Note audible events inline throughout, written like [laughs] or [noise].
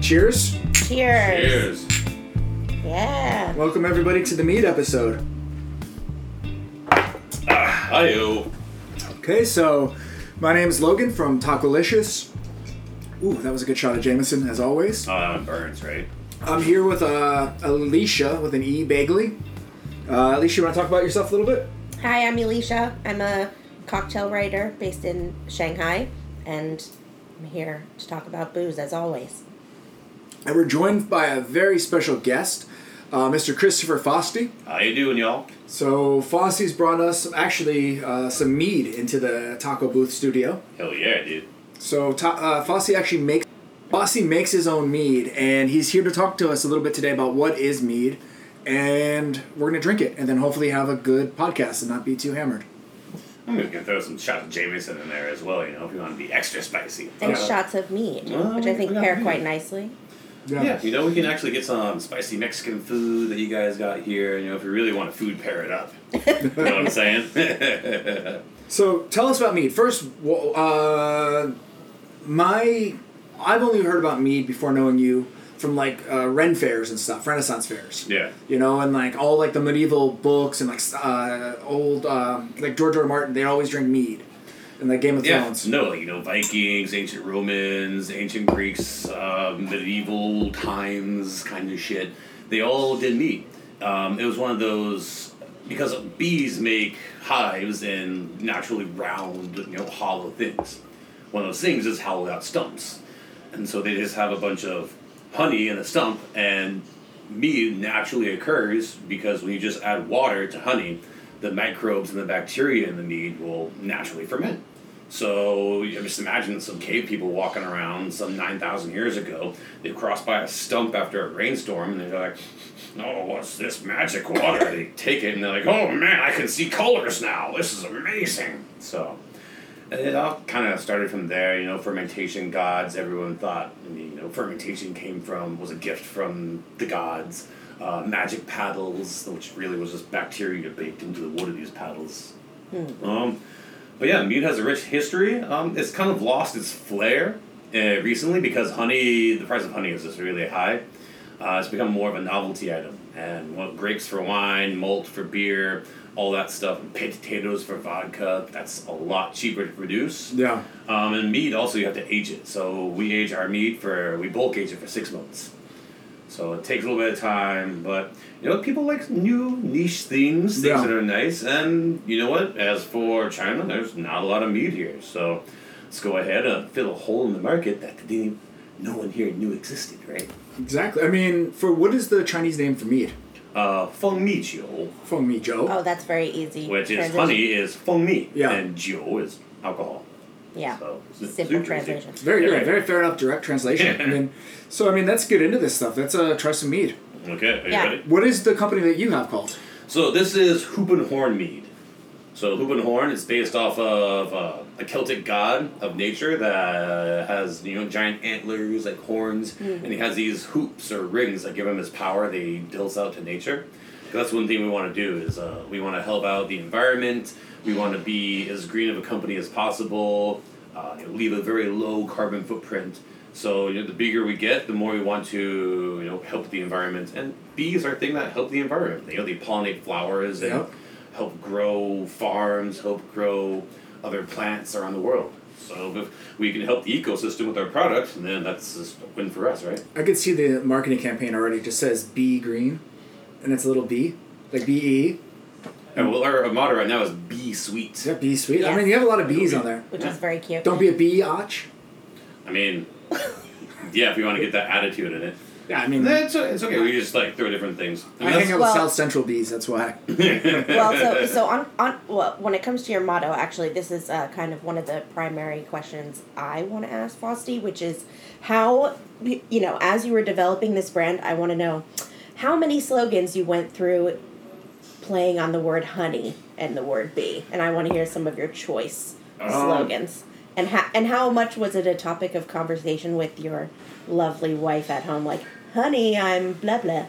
Cheers. Cheers. Cheers. Yeah. Welcome, everybody, to the meat episode. Ayo. Okay, so my name is Logan from Tacolicious. Ooh, that was a good shot of Jameson, as always. Oh, that one burns, right? I'm here with uh, Alicia with an E Bagley. Uh, Alicia, you want to talk about yourself a little bit? Hi, I'm Elisha. I'm a cocktail writer based in Shanghai, and I'm here to talk about booze as always. And we're joined by a very special guest, uh, Mr. Christopher Fosty. How you doing, y'all? So Fosty's brought us some, actually uh, some mead into the taco booth studio. Hell yeah, dude. So ta- uh, Fossey actually makes Fossey makes his own mead, and he's here to talk to us a little bit today about what is mead, and we're gonna drink it, and then hopefully have a good podcast and not be too hammered. I'm gonna throw some shot of Jameson in there as well, you know, if you want to be extra spicy. And Yeah. shots of mead, Well, which I think we got pair mead. quite nicely. Yeah, you know, we can actually get some spicy Mexican food that you guys got here, you know, if you really want to food pair it up. you know what I'm saying? [laughs] So tell us about mead first. wh- Uh, my I've only heard about mead before knowing you from like uh, Ren fairs and stuff, Renaissance fairs. yeah. you know, and like all like the medieval books and like uh, old um, like George R. R. Martin, they always drink mead, and like Game of Yeah. Thrones. No, like, you know, Vikings, ancient Romans, ancient Greeks, uh, medieval times kind of shit. They all did meat. Um, it was one of those because bees make hives and naturally round, you know, hollow things. One of those things is hollowed out stumps. And so they just have a bunch of honey in a stump and mead naturally occurs because when you just add water to honey, the microbes and the bacteria in the mead will naturally ferment. So you just imagine some cave people walking around some 9,000 years ago. They cross by a stump after a rainstorm and they're like, oh, what's this magic water? they take it and they're like, oh man, I can see colors now. This is amazing. So and it all kind of started from there, you know, fermentation gods. Everyone thought, I mean, you know, fermentation came from, was a gift from the gods. Uh, magic paddles, which really was just bacteria baked into the wood of these paddles. Um, but yeah, mead has a rich history. Um, it's kind of lost its flair uh, recently because honey, the price of honey is just really high. Uh, it's become more of a novelty item. And what grapes for wine, malt for beer, all that stuff, and potatoes for vodka, that's a lot cheaper to produce. Yeah. Um, and mead also you have to age it. So we age our mead for we bulk age it for six months. So it takes a little bit of time, but you know people like new niche things, things Yeah. that are nice. And you know what? As for China, there's not a lot of mead here. So let's go ahead and fill a hole in the market that they didn't, no one here knew existed, right? exactly. I mean, for what is the Chinese name for mead? Uh, feng mi jiu, Feng mi jiu. Oh, that's very easy. which is transition. honey, is feng mi, Yeah. and jiu is alcohol. Yeah. So it's Oh, super Simple easy. translation. Very Yeah, yeah, right. very fair enough direct translation. I mean, so I mean, let's get into this stuff. Let's uh, try some mead. Okay, are you Yeah. ready? What is the company that you have called? So this is Hoop and Horn mead. So Hoop and Horn is based off of uh, a Celtic god of nature that has you know giant antlers like horns, and he has these hoops or rings that give him his power that he deals out to nature. 'Cause That's one thing we want to do is uh, we want to help out the environment. We want to be as green of a company as possible. Uh, you know, leave a very low carbon footprint. So you know, the bigger we get, the more we want to you know help the environment. And bees are a thing that help the environment. You know, they pollinate flowers and Yep. help grow farms, help grow other plants around the world. So if we can help the ecosystem with our product, then that's just a win for us, right? I could see the marketing campaign already. It just says "Be Green," and it's a little B, like B E. And well, our motto right now is "Be sweet." Is that B sweet? I Yes. mean, you have a lot of B's on there. Which is very cute. Don't be a bee och. I mean, yeah, if you want to get that attitude in it, Yeah, I mean, that's it's okay. We just like throw different things. I I mean, hang out with Well- South Central bees. That's why. well, so so on on well, when it comes to your motto, actually, this is uh, kind of one of the primary questions I want to ask Fosty, which is how you you know as you were developing this brand, I want to know how many slogans you went through playing on the word honey and the word bee, and I want to hear some of your choice Um. slogans. And how, and how much was it a topic of conversation with your lovely wife at home? Like, honey, I'm blah blah.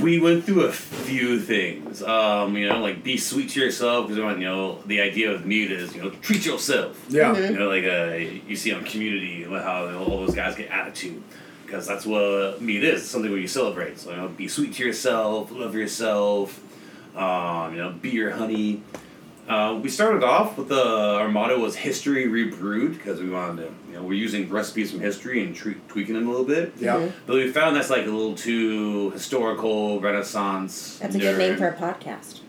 we went through a few things. Um, you know, like be sweet to yourself because you know the idea of mute is you know treat yourself. Yeah. Mm-hmm. You know, like uh, you see on Community like how all those guys get attitude because that's what uh, meat is. It's something where you celebrate. So you know, be sweet to yourself, love yourself. Um, you know, be your honey. Uh, we started off with the our motto was history rebrewed because we wanted to you know we're using recipes from history and tre- tweaking them a little bit. Yeah. Mm-hmm. But we found that's like a little too historical, Renaissance. That's a good name nerd. for a podcast.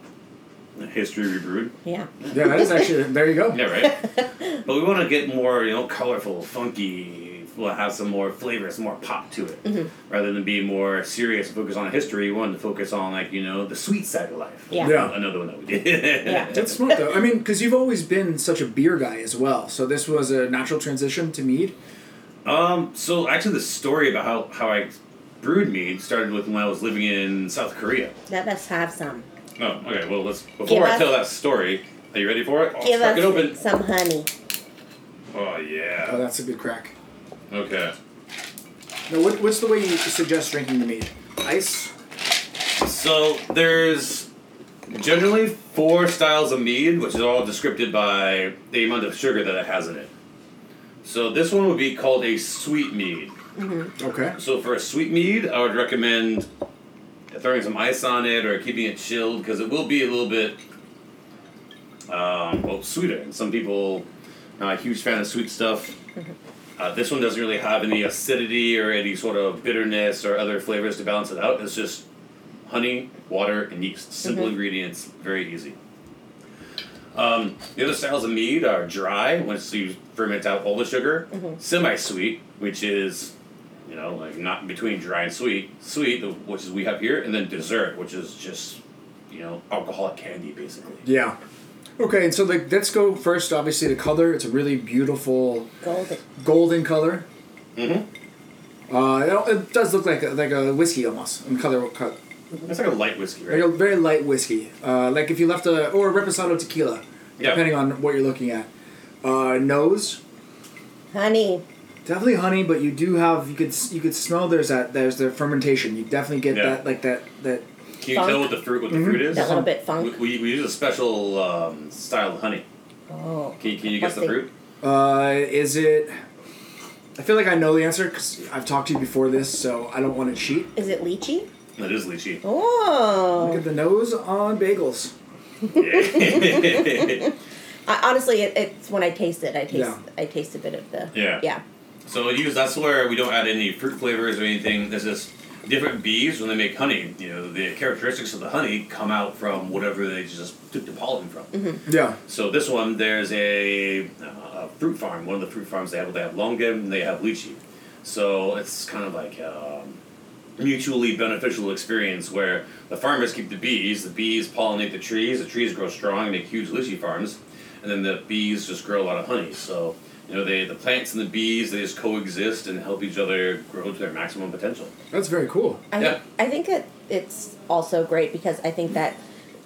history rebrewed. Yeah. Yeah, that is actually there. You go. Yeah, [laughs] right. but we want to get more, you know, colorful, funky. We'll have some more flavor, some more pop to it, Mm-hmm. rather than be more serious and focus on history. We wanted to focus on like you know the sweet side of life. Yeah. Yeah. Another one that we did. Yeah. That's [laughs] smart though. I mean, because you've always been such a beer guy as well, so this was a natural transition to mead. [laughs] Um, so actually, the story about how, how I brewed mead started with when I was living in South Korea. Let us have some. Oh, okay. Well, let's before Give I us- tell that story. Are you ready for it? I'll Give crack us it open. some honey. Oh Oh, yeah. that's a good crack. Okay. Now, what, what's the way you suggest drinking the mead? Ice. So there's generally four styles of mead, which is all described by the amount of sugar that it has in it. So this one would be called a sweet mead. Okay. So for a sweet mead, I would recommend throwing some ice on it or keeping it chilled because it will be a little bit, um, well, sweeter. And some people, not a huge fan of sweet stuff. Uh, this one doesn't really have any acidity or any sort of bitterness or other flavors to balance it out. It's just honey, water, and yeast. Simple ingredients, very easy. Um, the other styles of mead are dry, once you ferment out all the sugar, semi-sweet, which is you know, like not between dry and sweet, sweet, the- which is we have here, and then dessert, which is just, you know, alcoholic candy basically. Yeah. Okay, and so like let's go first. Obviously, the color. It's a really beautiful Golden. golden color. Mm-hmm. Uh, it, it does look like a, like a whiskey almost in color. co- It's like a light whiskey, Like right? a very light whiskey. Uh, like if you left a or a reposado tequila, Yeah. depending on what you're looking at. Uh, nose. Honey. Definitely honey, but you do have you could s- you could smell there's that there's the fermentation. You definitely get Yeah. that like that that Can you tell what the fruit what the fruit is? That little bit We, funk. we, we use a special um, style of honey. Oh. Can you, can you guess the What's the- fruit? uh is it I feel like I know the answer cuz I've talked to you before this, so I don't want to cheat. Is it lychee? That is Look lychee. [laughs] at Oh. the nose on bagels. I, honestly, it, it's when I taste it. I taste. Yeah. I taste a bit of the. Yeah. Yeah. So we use that's where we don't add any fruit flavors or anything. There's just different bees when they make honey. You know, the characteristics of the honey come out from whatever they just took the pollen from. Yeah. So this one, there's a, uh, a fruit farm. One of the fruit farms they have, they have longan and they have lychee. So it's kind of like a mutually beneficial experience where the farmers keep the bees, the bees pollinate the trees, the trees grow strong and make huge lychee farms, and then the bees just grow a lot of honey. So you know, they the plants and the bees they just coexist and help each other grow to their maximum potential. That's very cool. I, Yeah. I think that it's also great because I think that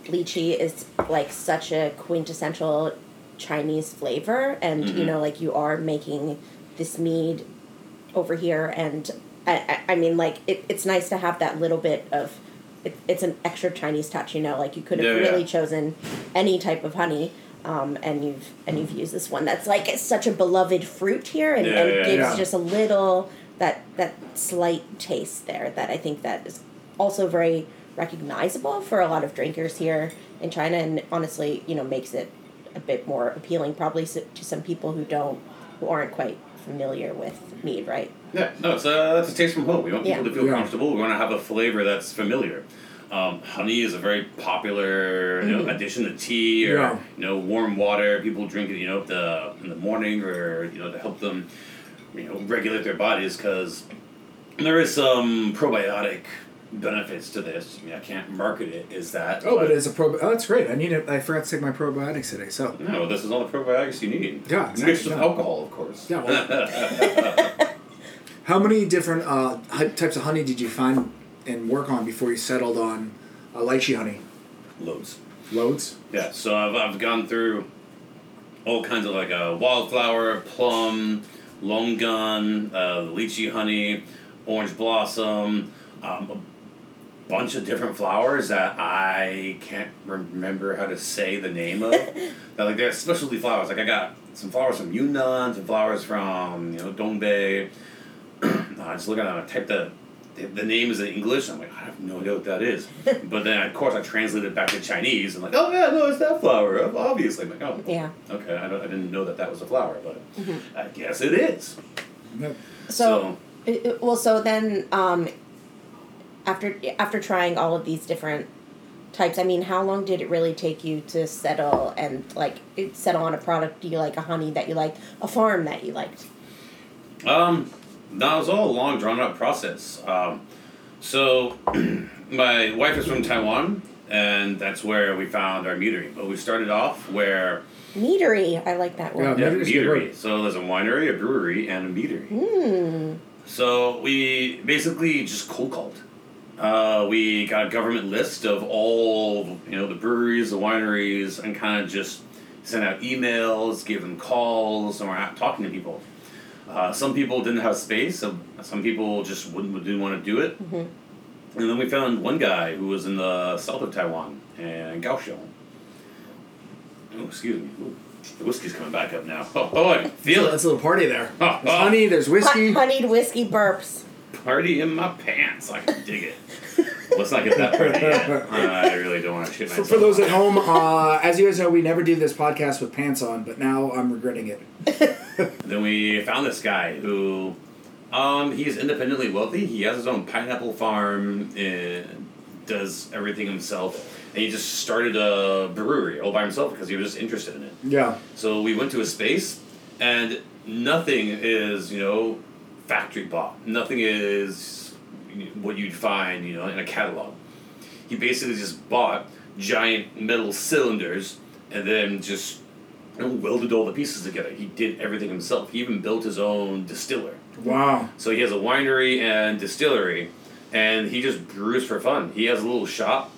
lychee is like such a quintessential Chinese flavor, and Mm-hmm. you know, like you are making this mead over here, and I, I, I mean, like it, it's nice to have that little bit of. It, it's an extra Chinese touch, you know. Like you could have Yeah, yeah. really chosen any type of honey, um, and you've and you've used this one that's like it's such a beloved fruit here, and, Yeah, and yeah, gives yeah. just a little that that slight taste there that I think that is also very recognizable for a lot of drinkers here in China, and honestly, you know, makes it a bit more appealing probably s- to some people who don't who aren't quite familiar with mead, right? Yeah, no, it's a, that's a taste from home. We want people Yeah. to feel Yeah. comfortable. We want to have a flavor that's familiar. Um, honey is a very popular you know, addition to tea or Yeah. you know warm water. People drink it, you know, the, in the morning or you know to help them, you know, regulate their bodies because there is some probiotic benefits to this. I mean, I can't market it. Is that? Oh, but it's a pro Oh, that's great. I need it. I forgot to take my probiotics today. So, no. This is all the probiotics you need. Yeah, It's exactly, mixed with yeah. alcohol, of course. yeah. Well, how many different uh, hy- types of honey did you find and work on before you settled on uh, lychee honey? Loads. Loads. Yeah, so I've, I've gone through all kinds of like uh, wildflower, plum, long gun, uh, lychee honey, orange blossom, um, bunch of different flowers that I can't remember how to say the name of. that like they're specialty flowers. Like I got some flowers from Yunnan, some flowers from you know Dongbei. [clears throat] Uh, I just look at it and I type the the- the name is in English. and I'm like, I have no idea what that is. but then, of course, I translate it back to Chinese. and like, oh yeah, no, it's that flower. Obviously, I'm like, oh, Yeah. okay. I, don't, I didn't know that that was a flower, but I guess it is. So, it- it- well, so then um, after after trying all of these different types, I mean, how long did it really take you to settle and like it- settle on a product you like, a honey that you like, a farm that you liked? Um, that was all a long, drawn out process. Um, so, [clears throat] my wife is from Taiwan, and that's where we found our meadery. But we started off where Meadery, I like that word. Yeah. yeah, Meadery's a good meadery. word. So there's a winery, a brewery, and a meadery. So we basically just cold called. Uh, we got a government list of all you know the breweries, the wineries, and kind of just sent out emails, gave them calls, and we're out talking to people. Uh, some people didn't have space. Some, some people just wouldn't didn't want to do it. And then we found one guy who was in the south of Taiwan and Kaohsiung. Oh, excuse me. Ooh, the whiskey's coming back up now. [laughs] Oh, oh I feel it. Oh, That's a little party there. There's honey, there's whiskey. Hon- honeyed whiskey burps. party in my pants. I can dig it. Let's not get that pretty yet. Uh, I really don't want to shit For, myself. for those at home, uh, as you guys know, we never do this podcast with pants on, but now I'm regretting it. Then we found this guy who, um, he's independently wealthy. He has his own pineapple farm and does everything himself. And he just started a brewery all by himself because he was just interested in it. Yeah. So we went to a space, and nothing is you know factory bought. Nothing is what you'd find you know in a catalog. He basically just bought giant metal cylinders and then just you know, welded all the pieces together. He did everything himself. He even built his own distiller. Wow. So he has a winery and distillery, and he just brews for fun. He has a little shop.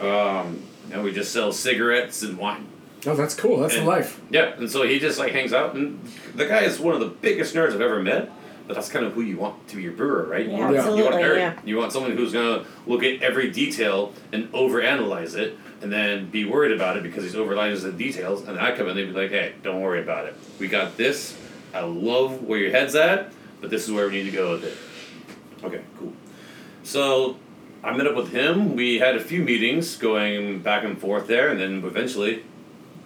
Um, and we just sell cigarettes and wine. Oh, that's cool. That's the And- life. [laughs] Yeah, and so he just like hangs out, and the guy is one of the biggest nerds I've ever met. But that's kind of who you want to be your brewer, right? Yeah, you want, You want a absolutely, nerd. yeah. You want someone who's gonna look at every detail and overanalyze it, and then be worried about it because he's overanalyzing the details. And I come in, they'd be like, "Hey, don't worry about it. We got this. I love where your head's at, but this is where we need to go with it." Okay, cool. So I met up with him. We had a few meetings going back and forth there, and then eventually,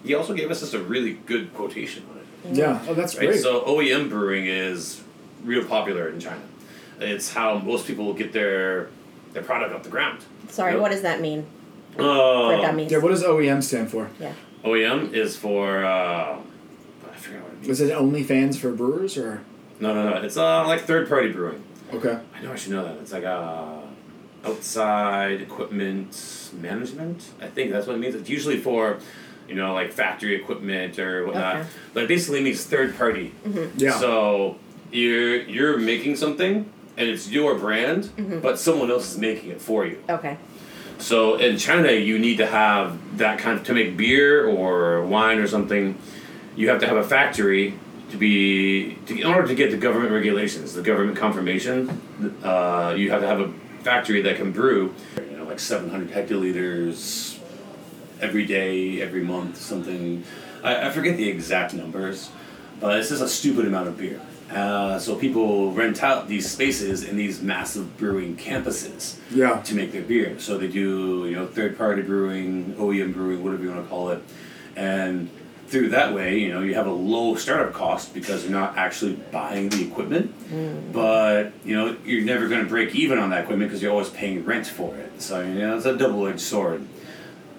he also gave us just a really good quotation on it. Yeah. Oh, that's Right. great. So OEM brewing is real popular in China. It's how most people get their their product off the ground. Sorry, Yep. what does that mean for Uh, dummies? yeah. What does OEM stand for? Yeah. Um, OEM E is for uh, I forgot what it Is means. it OnlyFans for brewers or? No, no, no. It's uh, like third party brewing. Okay. I know I should know that. It's like uh, outside equipment management. I think that's what it means. It's usually for, you know, like factory equipment or whatnot. Okay. But it basically means third party. Yeah. So you're you're making something and it's your brand, but someone else is making it for you. Okay. So in China, you need to have that kind of to make beer or wine or something. You have to have a factory to be to, in order to get the government regulations, the government confirmation. Uh, you have to have a factory that can brew, you know, like seven hundred hectoliters every day, every month, something. I, I forget the exact numbers, but it's just a stupid amount of beer. Uh, so people rent out these spaces in these massive brewing campuses Yeah. to make their beer. So they do, you know, third party brewing, OEM brewing, whatever you want to call it. And through that way, you know, you have a low startup cost because you're not actually buying the equipment. But, you know, you're never going to break even on that equipment because you're always paying rent for it. So, you know, it's a double edged sword.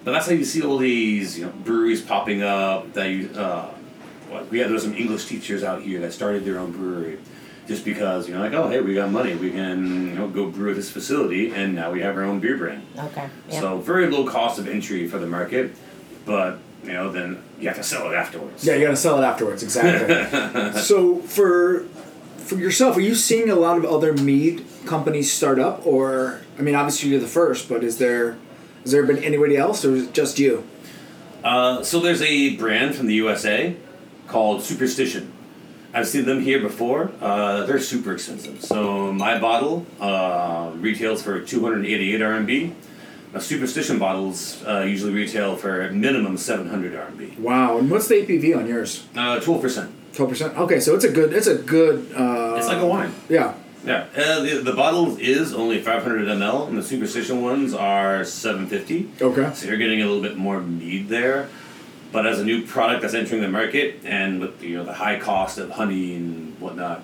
But that's how you see all these, you know, breweries popping up that you, uh, what- we had, there were some English teachers out here that started their own brewery just because, you know, like, oh, hey, we got money. We can, you know, go brew at this facility and now we have our own beer brand. Okay. Yeah. So very low cost of entry for the market, but, you know, then you have to sell it afterwards. Yeah, you gotta sell it afterwards. [laughs] Exactly. so for for yourself, are you seeing a lot of other mead companies start up, or I mean, obviously you're the first, but is there has there been anybody else, or is it just you? Uh, so there's a brand from the USA called Superstition. I've seen them here before. Uh, they're super expensive. So my bottle uh, retails for 288 RMB. My superstition bottles uh, usually retail for a minimum 700 RMB. Wow. And what's the APV on yours? Uh, 12%. Twelve percent. Okay, so it's a good. It's a good. Uh, It's like a wine. Yeah. Yeah. Uh, the, the bottle is only 500 ml, and the superstition ones are 750. Okay. So you're getting a little bit more mead there. But as a new product that's entering the market, and with you know the high cost of honey and whatnot,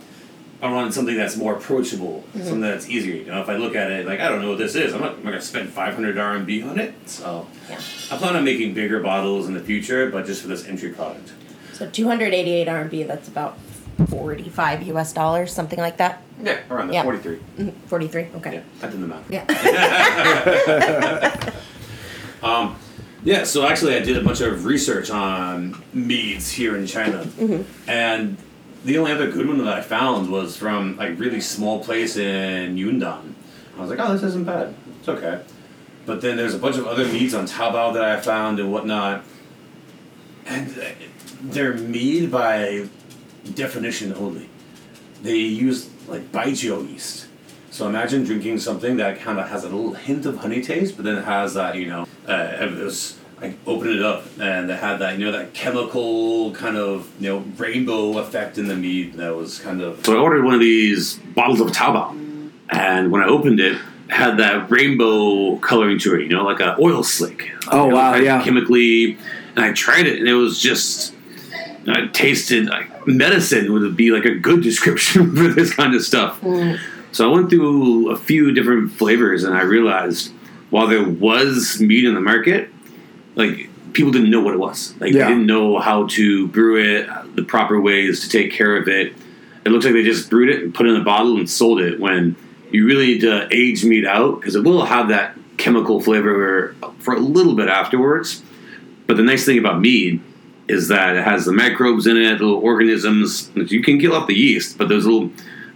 I want something that's more approachable, Mm-hmm. something that's easier. You know, if I look at it like I don't know what this is, I'm not, I'm not gonna spend 500 RMB on it. So Yeah. I plan on making bigger bottles in the future, but just for this entry product. So 288 RMB, that's about 45 US dollars, something like that. Yeah, around the Yeah. 43. 43? Okay. Yeah, I did the math. Yeah. Yeah, so actually, I did a bunch of research on meads here in China, and the only other good one that I found was from a really small place in Yunnan. I was like, oh, this isn't bad. It's okay. But then there's a bunch of other meads on Taobao that I found and whatnot, and uh, they're mead by definition only. They use like baijiu yeast. So imagine drinking something that kind of has a little hint of honey taste, but then it has that, you know, uh, it was, I opened it up and it had that, you know, that chemical kind of, you know, rainbow effect in the mead that was kind of. So I ordered one of these bottles of Taobao, and when I opened it, had that rainbow coloring to it, you know, like a oil slick. Oh, wow, kind of yeah. Chemically, and I tried it, and it was just and I tasted like medicine would be like a good description [laughs] for this kind of stuff. So I went through a few different flavors and I realized while there was meat in the market, like people didn't know what it was. Like Yeah. they didn't know how to brew it, the proper ways to take care of it. It looks like they just brewed it and put it in a bottle and sold it when you really need to age meat out because it will have that chemical flavor for a little bit afterwards. But the nice thing about mead is that it has the microbes in it, little organisms. You can kill off the yeast, but those little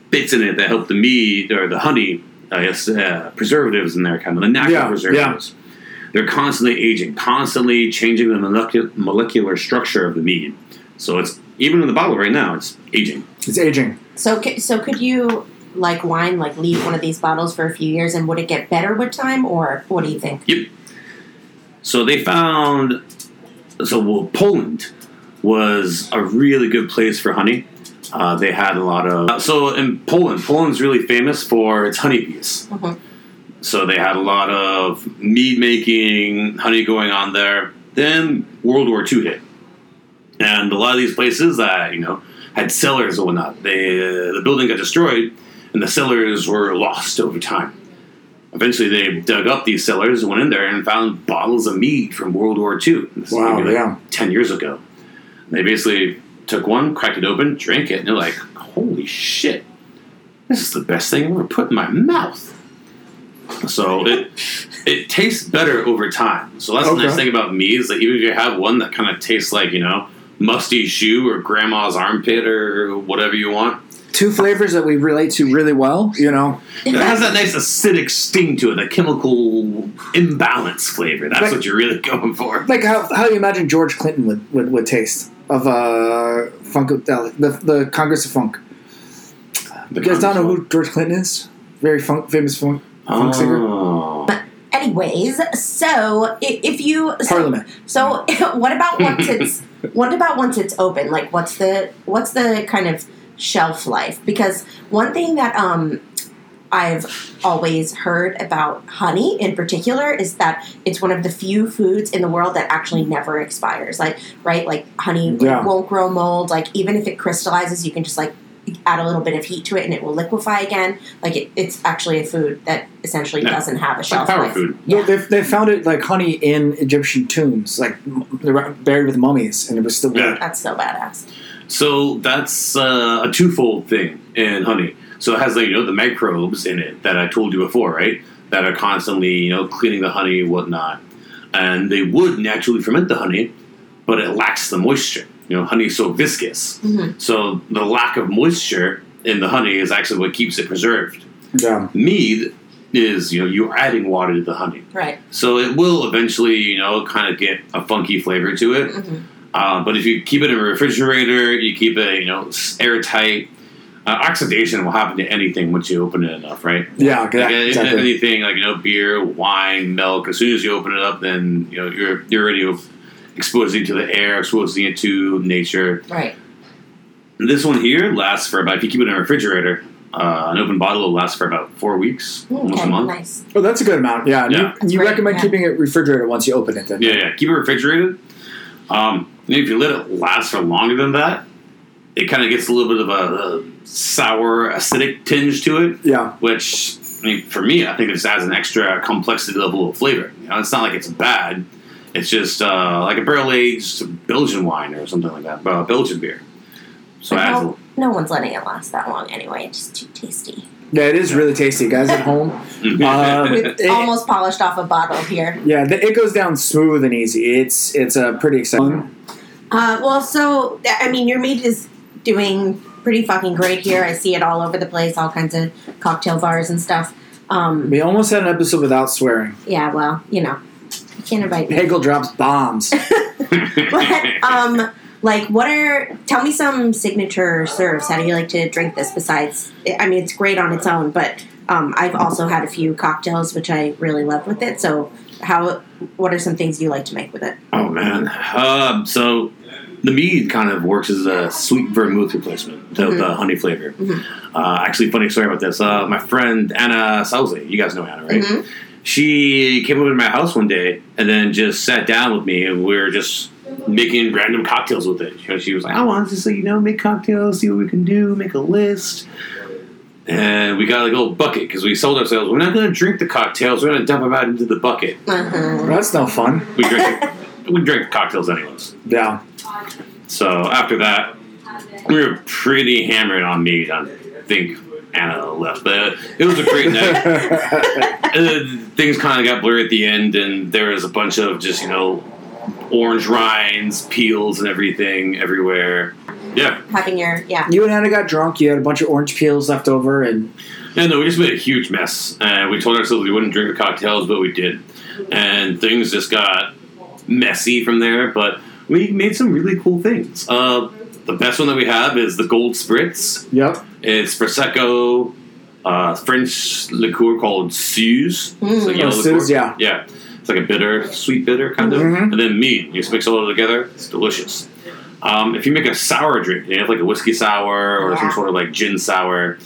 bits in it that help the mead or the honey, I guess, uh, preservatives in there, kind of the natural Yeah, yeah. preservatives. They're constantly aging, constantly changing the molecu- molecular structure of the mead. So it's even in the bottle right now, it's aging. It's aging. so, c- so could you, like wine, like leave one of these bottles for a few years and would it get better with time or what do you think? Yep. So they found. So well, Poland was a really good place for honey. Uh, they had a lot of. uh, so in Poland, Poland's really famous for its honeybees. Mhm. So they had a lot of mead making, honey going on there. Then World War II hit, and a lot of these places that you know had cellars and whatnot. They uh, the building got destroyed, and the cellars were lost over time. Eventually, they dug up these cellars, went in there, and found bottles of mead from World War II. This is Wow, maybe like yeah. 10 years ago. And they basically took one, cracked it open, drank it, and they're like, holy shit, this is the best thing I've ever put in my mouth. So it it tastes better over time. So that's the nice Okay. thing about mead is that even if you have one that kind of tastes like, you know, musty shoe or grandma's armpit or whatever you want, Two flavors that we relate to really well. You know, it has that nice acidic sting to it, that chemical imbalance flavor. That's Right. what you're really [laughs] going for. like how, how you imagine George Clinton would would, would taste of uh funkadelic the the Congress of Funk. The You guys don't know who George Clinton is? Very funk, famous funk, funk singer. Oh. Anyways, so i- if you Parliament. So [laughs] what about once [laughs] it's what about once it's open? Like what's the what's the kind of shelf life? Because one thing that um I've always heard about honey in particular is that it's one of the few foods in the world that actually never expires. Like right, like honey Yeah. won't grow mold. Like even if it crystallizes, you can just like add a little bit of heat to it and it will liquefy again. Like it, it's actually a food that essentially Yeah. doesn't have a Like shelf power life. food. No, they they found it like honey in Egyptian tombs, like m- they were buried with mummies, and it was still Yeah. weird. That's so badass. So that's uh, a twofold thing in honey. So it has like you know the microbes in it that I told you before, right? That are constantly you know cleaning the honey and whatnot, and they would naturally ferment the honey, but it lacks the moisture. You know, honey is so viscous, Mhm. so the lack of moisture in the honey is actually what keeps it preserved. Yeah. Mead is you know you're adding water to the honey, Right. so it will eventually you know kind of get a funky flavor to it. Mhm. Um, but if you keep it in a refrigerator, you keep it, you know, s- airtight. Uh, oxidation will happen to anything once you open it enough, right? Yeah, Like, exactly. uh, Anything like you know, beer, wine, milk. As soon as you open it up, then you know you're you're already exposing it to the air, exposing it to nature. Right. This one here lasts for about if you keep it in a refrigerator, uh, an open bottle will last for about four weeks, almost a Okay, month. nice. Oh, that's a good amount. Yeah. and Yeah. You, That's you great, recommend yeah. keeping it refrigerated once you open it, then? Yeah, yeah. Keep it refrigerated. Um, and if you let it last for longer than that, it kind of gets a little bit of a, a sour, acidic tinge to it, Yeah. which I mean, for me, I think it just adds an extra complexity level of flavor. You know, it's not like it's bad. It's just uh, like a barrel aged Belgian wine or something like that, uh, Belgian beer. So it But adds a, no, no one's letting it last that long anyway. It's just too tasty. Yeah, it is really tasty, guys at home. [laughs] Um, We've it- almost polished off a bottle here. Yeah, the, it goes down smooth and easy. It's it's a pretty exciting. Uh, well, so th- I mean, your meat is doing pretty fucking great here. I see it all over the place, all kinds of cocktail bars and stuff. Um, We almost had an episode without swearing. yeah, well, you know, you can't invite me. Hegel drops [laughs] bombs. [laughs] But um, like, what are? Tell me some signature serves. How do you like to drink this? Besides, I mean, it's great on its own, but um, I've also had a few cocktails which I really love with it. So, how? What are some things you like to make with it? Oh man. Um, so the mead kind of works as a sweet vermouth replacement to the honey flavor. Uh, actually, funny story about this. Uh, my friend Anna Sousley, you guys know Anna, Mm-hmm. right? She came over to my house one day and then just sat down with me, and we were just making random cocktails with it. You know, she was like, "I want to just, like, you know, make cocktails, see what we can do, make a list." And we got like a little bucket because we sold ourselves. We're not going to drink the cocktails. We're going to dump them out into the bucket. That's no fun. We drink. we drink cocktails anyways. [laughs] Yeah. So after that, we were pretty hammered on meat. I think Anna left, but it was a [laughs] great night. Uh-huh. [laughs] Uh, things kind of got blurry at the end, and there was a bunch of just you know orange rinds, peels, and everything everywhere. Yeah, Having your yeah. you and Anna got drunk. You had a bunch of orange peels left over, and and no, we just made a huge mess. And we told ourselves we wouldn't drink the cocktails, but we did, and things just got messy from there. But we made some really cool things. Uh, the best one that we have is the gold spritz. yep. It's prosecco, uh, French liqueur called Suze. It's like yellow Oh, liqueur. Suze, yeah. yeah. It's like a bitter, sweet bitter kind of, Mhm. and then meat. You just mix it all together. It's delicious. Um, if you make a sour drink, you have like a whiskey sour or some Yeah. sort of like gin sour.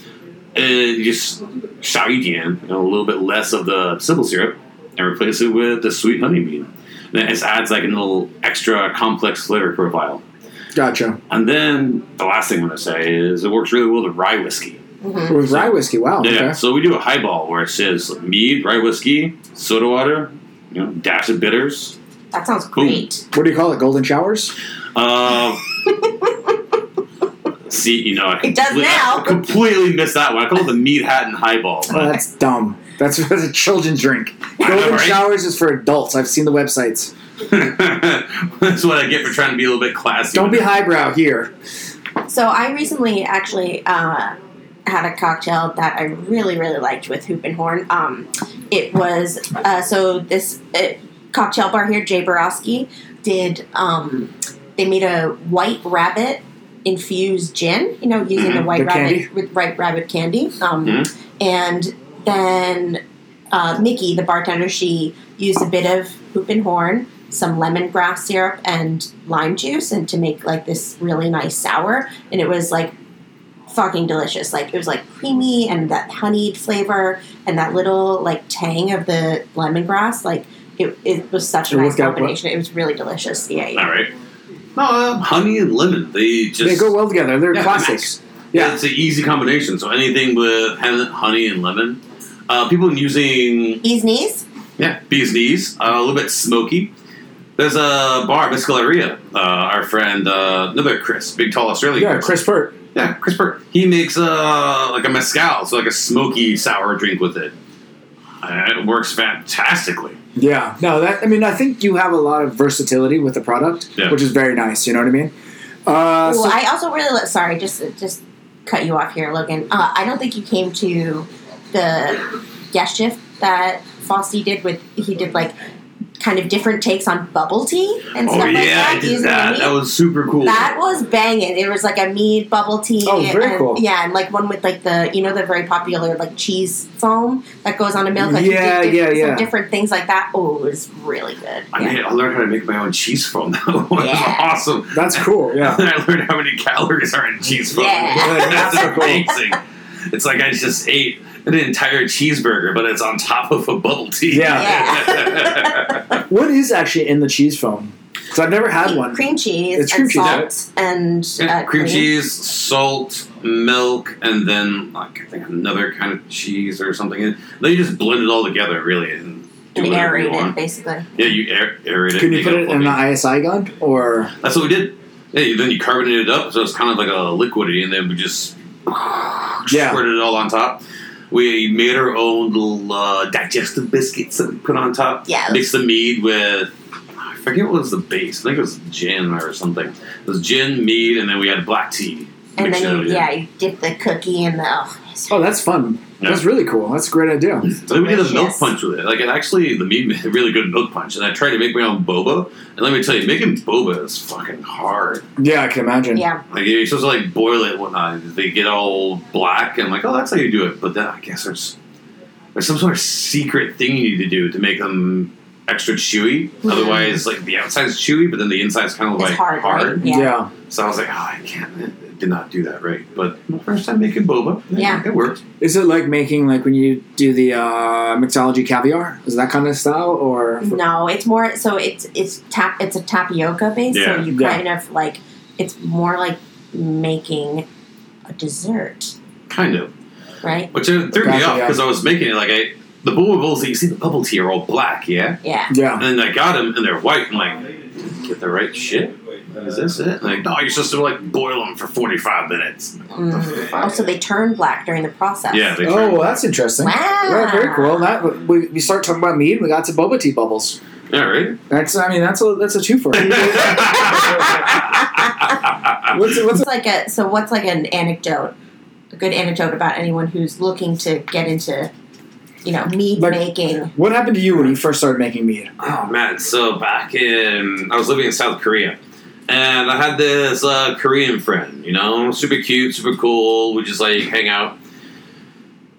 Uh, you just shaidian, you know, a little bit less of the simple syrup, and replace it with the sweet honey mead. And it just adds like a little extra complex flavor profile. Gotcha. And then the last thing I'm going to say is it works really well with rye whiskey. With rye whiskey. Wow. Yeah, Okay. so we do a highball where it says mead, rye whiskey, soda water, you know, dash of bitters. That sounds Boom. great. What do you call it? Golden showers. [laughs] Uh, see, you know, I It does completely, now. I completely missed that one. I call it the mead hat and highball. Oh, that's dumb. That's [laughs] what a children's drink. Golden [laughs] right? showers is for adults. I've seen the websites. [laughs] That's what I get for trying to be a little bit classy. Don't be highbrow here. So I recently actually uh, had a cocktail that I really really liked with Hoop and Horn. Um, it was uh, so this uh, cocktail bar here, Jay Borowski, did um, they made a white rabbit infused gin? You know, using the white The rabbit candy? with white rabbit candy. Um, Mhm. And then uh, Mickey, the bartender, she used a bit of Hoop and Horn. Some lemongrass syrup and lime juice, and to make like this really nice sour. And it was like fucking delicious. Like it was like creamy and that honeyed flavor and that little like tang of the lemongrass. Like it, it was such It a nice worked out well. combination. It was really delicious. Yeah, All yeah. right. No, uh, honey and lemon. They just They go well together. They're Yeah, classics. Yeah, Yeah. it's an easy combination. So anything with hen- honey and lemon. Uh, people using Ease knees. Yeah, bee's knees, uh, a little bit smoky. There's a bar, Biscaleria. Uh, our friend, uh, another Chris, big tall Australian. Yeah. Chris. Chris Pert. Yeah, Chris Burt. He makes uh, like a mezcal, so like a smoky sour drink with it. Uh, it works fantastically. Yeah. No, that I mean I think you have a lot of versatility with the product, Yeah. which is very nice, you know what I mean? Uh, Ooh, so- I also really li- sorry. Just just cut you off here, Logan. Uh, I don't think you came to the guest shift that Fossey did with. He did like kind of different takes on bubble tea and Oh stuff like yeah, that. I did using that. mead. That was super cool. That was banging. It was like a mead bubble tea. Oh, very and, cool. Yeah, and like one with like the you know the very popular like cheese foam that goes on a milk. Like you Yeah, yeah, did different, some yeah. Different things like that. Oh, it was really good. I yeah. mean, I learned how to make my own cheese foam. [laughs] That was Yeah. awesome. That's cool. Yeah. And [laughs] I learned how many calories are in cheese foam. [laughs] Yeah. That's That's cool. amazing. It's like I just ate an entire cheeseburger, but it's on top of a bubble tea. Yeah. [laughs] What is actually in the cheese foam? Because I've never had one. Cream cheese It's cream and cheese, salt and Yeah, uh, cream cheese, salt, milk, and then like I think another kind of cheese or something. And Then you just blend it all together, really, and do and whatever you aerate it want. basically. Yeah, you air, aerate it. Can you make put it it all in fluffy. an ISI gun or? That's what we did. Yeah, you- then you carbonated it up, so it's kind of like a liquidy, and then we just Yeah. squirted it all on top. We made our own little uh, digestive biscuits that we put on top. Yeah. Mixed the mead with, I forget what was the base. I think it was gin or something. It was gin, mead, and then we had black tea. And mixed in then with you, it. yeah, you dip the cookie in the. Oh, it's- Oh, that's fun. Yeah. That's really cool. That's a great idea. So we did a milk Delicious. punch with it. Like, it actually, the mead made a really good milk punch. And I tried to make my own boba. And let me tell you, making boba is fucking hard. Yeah, I can imagine. yeah, Like you're supposed to like boil it and whatnot. They get all black and like, oh, that's how you do it. But then I guess there's there's some sort of secret thing you need to do to make them extra chewy. Otherwise, like the outside's chewy, but then the inside's kind of It's like hard, right? Yeah. Yeah. So I was like, oh, I can't. I did not do that right. But first time making boba, Yeah. it worked. Is it like making like when you do the uh, mixology caviar? Is that kind of style or? no, it's more so it's it's tap it's a tapioca base, Yeah. so you Yeah. kind of like it's more like making a dessert, Kind of. right? Which uh, threw me Gotcha, off yeah. because I was making it like I the boba bowls that you see in the bubble tea are all black, yeah. Yeah. Yeah. And then I got them, and they're white. and like, get the right shit. Is this it? And like, no, you're supposed to like boil them for 45 minutes. Mm. Oh, so they turn black during the process. Yeah. They Oh, turn- well, that's interesting. Wow. Yeah, very cool. That we, we start talking about mead, we got to boba tea bubbles. Yeah, right. That's I mean that's a that's a twofer. [laughs] what's what's What's like a so? What's like an anecdote? A good anecdote about anyone who's looking to get into, you know, mead Like- [laughs] making. [laughs] what happened to you when you first started making mead? oh man. So back in, I was living in South Korea, and I had this uh, Korean friend. You know, super cute, super cool. We just like hang out.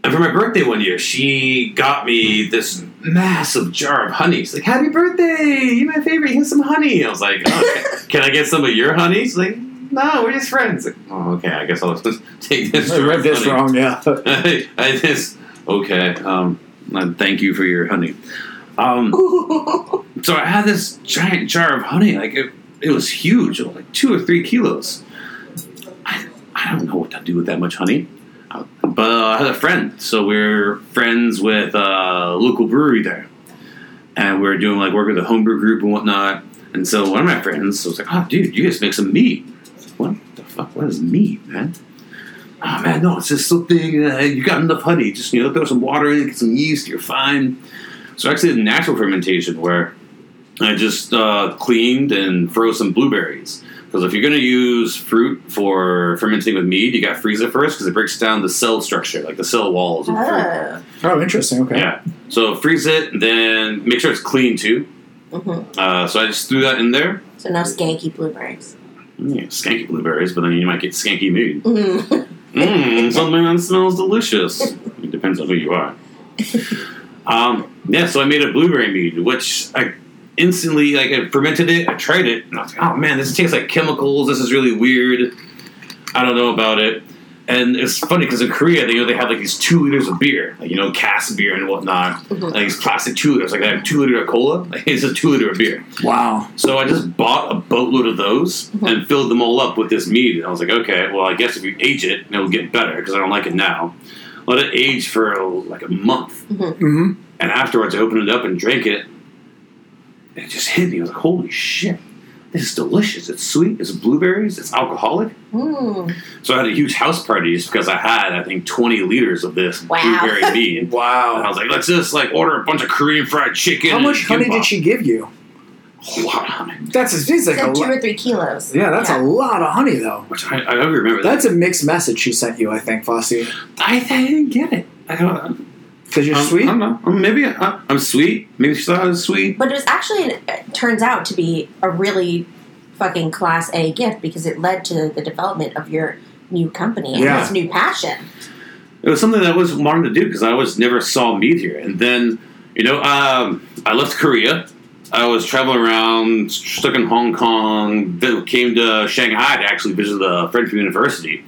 And for my birthday one year, she got me this massive jar of honey. She's like, "Happy birthday! You're my favorite. Here's some honey." I was like, [laughs] oh, "Can I get some of your honey?" She's like, "No, we're just friends." Like, oh, okay. I guess I'll [laughs] just take this. I read this honey." wrong, yeah. I, I just okay. Um, uh, thank you for your honey. Um, so I had this giant jar of honey. Like it, it was huge, like two or three kilos. I, I don't know what to do with that much honey. Uh, But uh, I had a friend, so we are friends with uh, local brewery there, and we were doing like work with a homebrew group and whatnot. And so one of my friends was like, "Oh, dude, you guys make some meat." What the fuck? What is meat, man? oh man, no, it's just something. Uh, you got enough honey. Just you know, throw some water in, get some yeast, you're fine. So actually, did natural fermentation where I just uh, cleaned and froze some blueberries. Because if you're going to use fruit for fermenting with mead, you got to freeze it first because it breaks down the cell structure, like the cell walls. Of the fruit. Oh. Oh interesting, okay. Yeah. So freeze it, then make sure it's clean too. Mhm. Uh, so I just threw that in there. So no skanky blueberries. Mm, skanky blueberries, but then you might get skanky mead. Mm. Mm-hmm. [laughs] Mmm, something that smells delicious. It depends on who you are. Um, yeah, so I made a blueberry mead, which I instantly like I fermented it, I tried it, and I was like, oh man, this tastes like chemicals, this is really weird. I don't know about it. And it's funny because in Korea, they, you know, they have like these two liters of beer, like, you know, cask beer and whatnot, like these plastic two liters. Like they have two liter of cola, like, it's a two liter of beer. Wow. So I just bought a boatload of those Mm-hmm. and filled them all up with this mead. And I was like, okay, well, I guess if you age it, it'll get better because I don't like it now. Let it age for like a month. Mm-hmm. And afterwards, I opened it up and drank it. And it just hit me. I was like, holy shit, this is delicious. It's sweet, it's blueberries, it's alcoholic. Mm. So I had a huge house party just because I had, I think, 20 liters of this Wow. [laughs] blueberry mead. And I Wow. was like, let's just like order a bunch of Korean fried chicken. How and much honey did kimbap." she give you? A lot of honey. That's a, it's like a So two lot. or three kilos. Yeah, that's a Yeah. lot of honey though. Which I, I don't remember that. That's a mixed message she sent you, I think, Flossie. I, I didn't get it. I don't. Because you're I'm, sweet. Um, I don't know. I'm- maybe I, I'm sweet. Maybe she thought I was sweet. But it was actually it turns out to be a really fucking class A gift because it led to the development of your new company and Yeah. this new passion. It was something that I always wanted to do because I always never saw meat here. And then, you know, um, I left Korea. I was traveling around, stuck in Hong Kong, then came to Shanghai to actually visit the French University.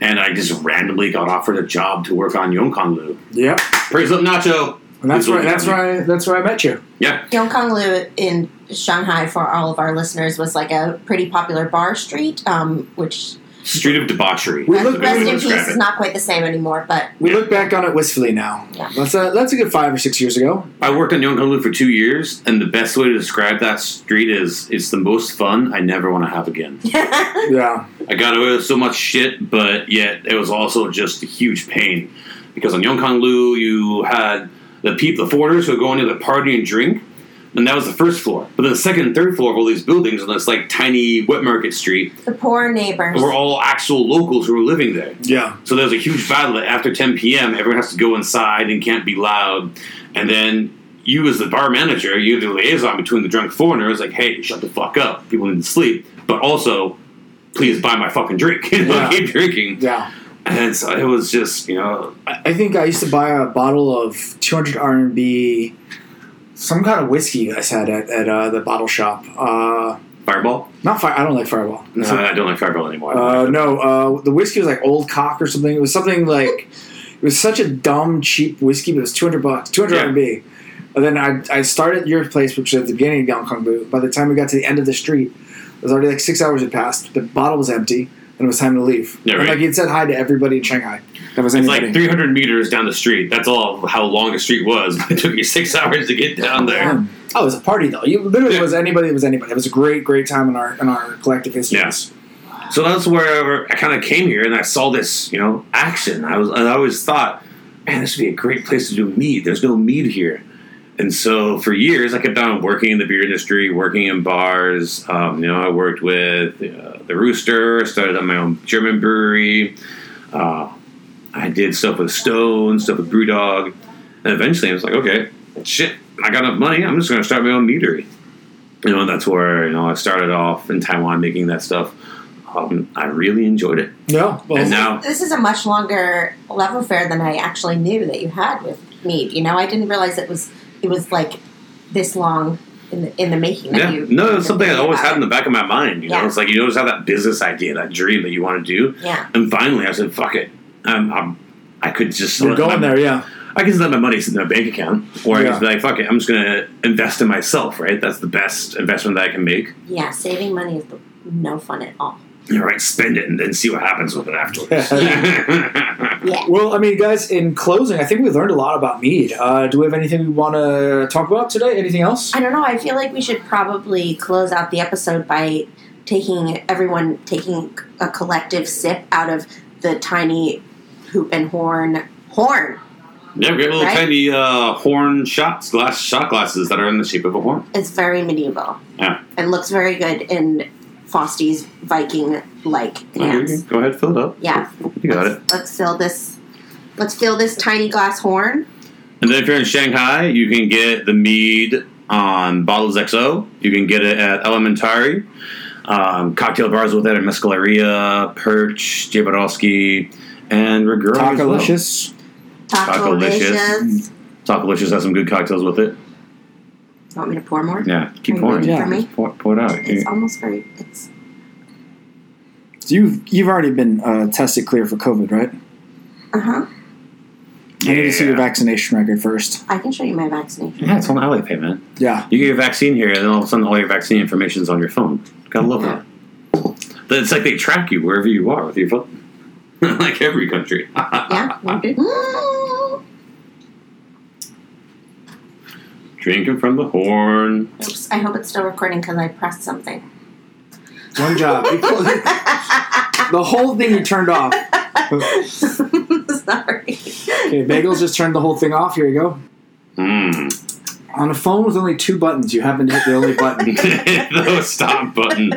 And I just randomly got offered a job to work on Yongkang Lu. Yep. Praise up, Nacho! And that's He's where looking that's at me. where I that's where I met you. Yeah. Yongkang Lu in Shanghai for all of our listeners was like a pretty popular bar street, um, which Street of debauchery. We That's look- the best rest way in to describe peace it. is not quite the same anymore. But We Yeah. look back on it wistfully now. Yeah. That's a that's a good five or six years ago. I worked on Yongkang Lu for two years, and the best way to describe that street is it's the most fun I never want to have again. Yeah. I got away with so much shit, but yet it was also just a huge pain because on Yongkang Lu you had the people, the foreigners who would go into the party and drink, and that was the first floor. But then the second and third floor of all these buildings on this like tiny wet market street the poor neighbors. were all actual locals who were living there. Yeah. So there's a huge battle that after 10 p.m., everyone has to go inside and can't be loud. And then you, as the bar manager, you're the liaison between the drunk foreigners, like, hey, shut the fuck up. People need to sleep. But also, please buy my fucking drink. [laughs] You know, Yeah. keep drinking. Yeah. And so it was just, you know, I I think I used to buy a bottle of 200 RMB, some kind of whiskey you guys had at, at uh, the bottle shop. Uh, Fireball. not fire. I don't like Fireball. No, I don't like Fireball anymore. Uh, no, uh, the whiskey was like old cock or something. It was something like it was such a dumb, cheap whiskey, but it was two hundred bucks, two hundred Yeah. RMB. And then I, I started at your place, which was at the beginning of Yongkang Lu. By the time we got to the end of the street, it was already like six hours had passed. The bottle was empty, and it was time to leave. Yeah, And, right. Like you'd said hi to everybody in Shanghai. That was it's anybody. like 300 meters down the street. That's all how long the street was. [laughs] it took you six hours to get down there. Um, Oh, it was a party though. You literally Yeah. was anybody. It was anybody. It was a great, great time in our in our collective history. Yes. So that's where I kind of came here, and I saw this, you know, action. I was, I always thought, man, this would be a great place to do mead. There's no mead here, and so for years I kept on working in the beer industry, working in bars. Um, you know, I worked with uh, the Rooster, started on my own German brewery. Uh, I did stuff with Stone, stuff with BrewDog, and eventually I was like, okay, shit, I got enough money. I'm just going to start my own meadery. You know, and that's where you know I started off in Taiwan making that stuff. Um, I really enjoyed it, No. Well, and now this is a much longer love affair than I actually knew that you had with Mead. You know, I didn't realize it was it was like this long in the, in the making. yeah, That you no, it's something I always about had in the back of my mind. You know, Yeah. it's like you always have that business idea, that dream that you want to do, it. Yeah, and finally I said, "Fuck it." Um, I'm, I could just you're let going my- there, yeah. I can just let my money sit in my bank account, or I Yeah. can just be like, "Fuck it," I'm just going to invest in myself. Right, that's the best investment that I can make. yeah. Saving money is the, no fun at all. All right, spend it and then see what happens with [laughs] it afterwards. [laughs] Yeah. Well, I mean, guys, in closing, I think we learned a lot about mead. Uh, do we have anything we want to talk about today? Anything else? I don't know. I feel like we should probably close out the episode by taking everyone taking a collective sip out of the tiny hoop and horn horn. Yeah, we have little Right? tiny uh, horn shots, glass shot glasses that are in the shape of a horn. It's very medieval. Yeah. And looks very good in Fosty's Viking like hands. Go ahead, fill it up. Yeah. You got it. let's, Let's fill this let's fill this tiny glass horn. And then if you're in Shanghai, you can get the mead on Bottles XO. You can get it at Elementary. Um, cocktail bars with it at Mescaleria, Perch, Javodowski, and Regura. as well. Tacolicious. Tacolicious. Tacolicious. Tacolicious has some good cocktails with it. Want me to pour more? Yeah, keep Are you pouring. ready for me? Just Pour, pour it out. It's almost very it's You've you've already been uh, tested clear for COVID, right? uh-huh. I need to see your Yeah. vaccination record first. I can show you my [laughs] vaccination. Yeah, it's on Alley Pay, man. Yeah. You get your vaccine here, and then all of a sudden, all your vaccine information is on your phone. Gotta love that. But It's like they track you wherever you are with your phone, [laughs] like every country. [laughs] Yeah. you do? Mm, Drinking from the horn. [gasps] Oops, I hope it's still recording because I pressed something. One [laughs] job. the whole thing you turned off. [laughs] Sorry. Okay, Bagels just turned the whole thing off. Here you go. Mm. [laughs] On a phone with only two buttons, you happen to hit the only [laughs] button. the stop button.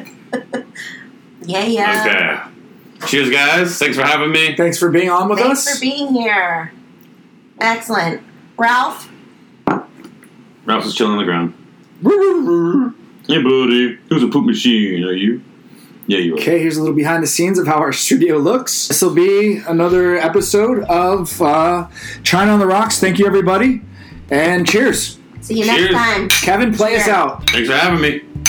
Yeah, yeah. Okay. Cheers, guys. Thanks for having me. Thanks for being on with Thanks us. for being here. Excellent. Ralph, Ralph is chilling on the ground. Hey, buddy. Who's a poop machine? Are you? Yeah, you are. Okay, here's a little behind the scenes of how our studio looks. This will be another episode of uh, China on the Rocks. Thank you, everybody, and cheers. see you next Cheers. time. Kevin, play us Cheers. out. Thanks for having me.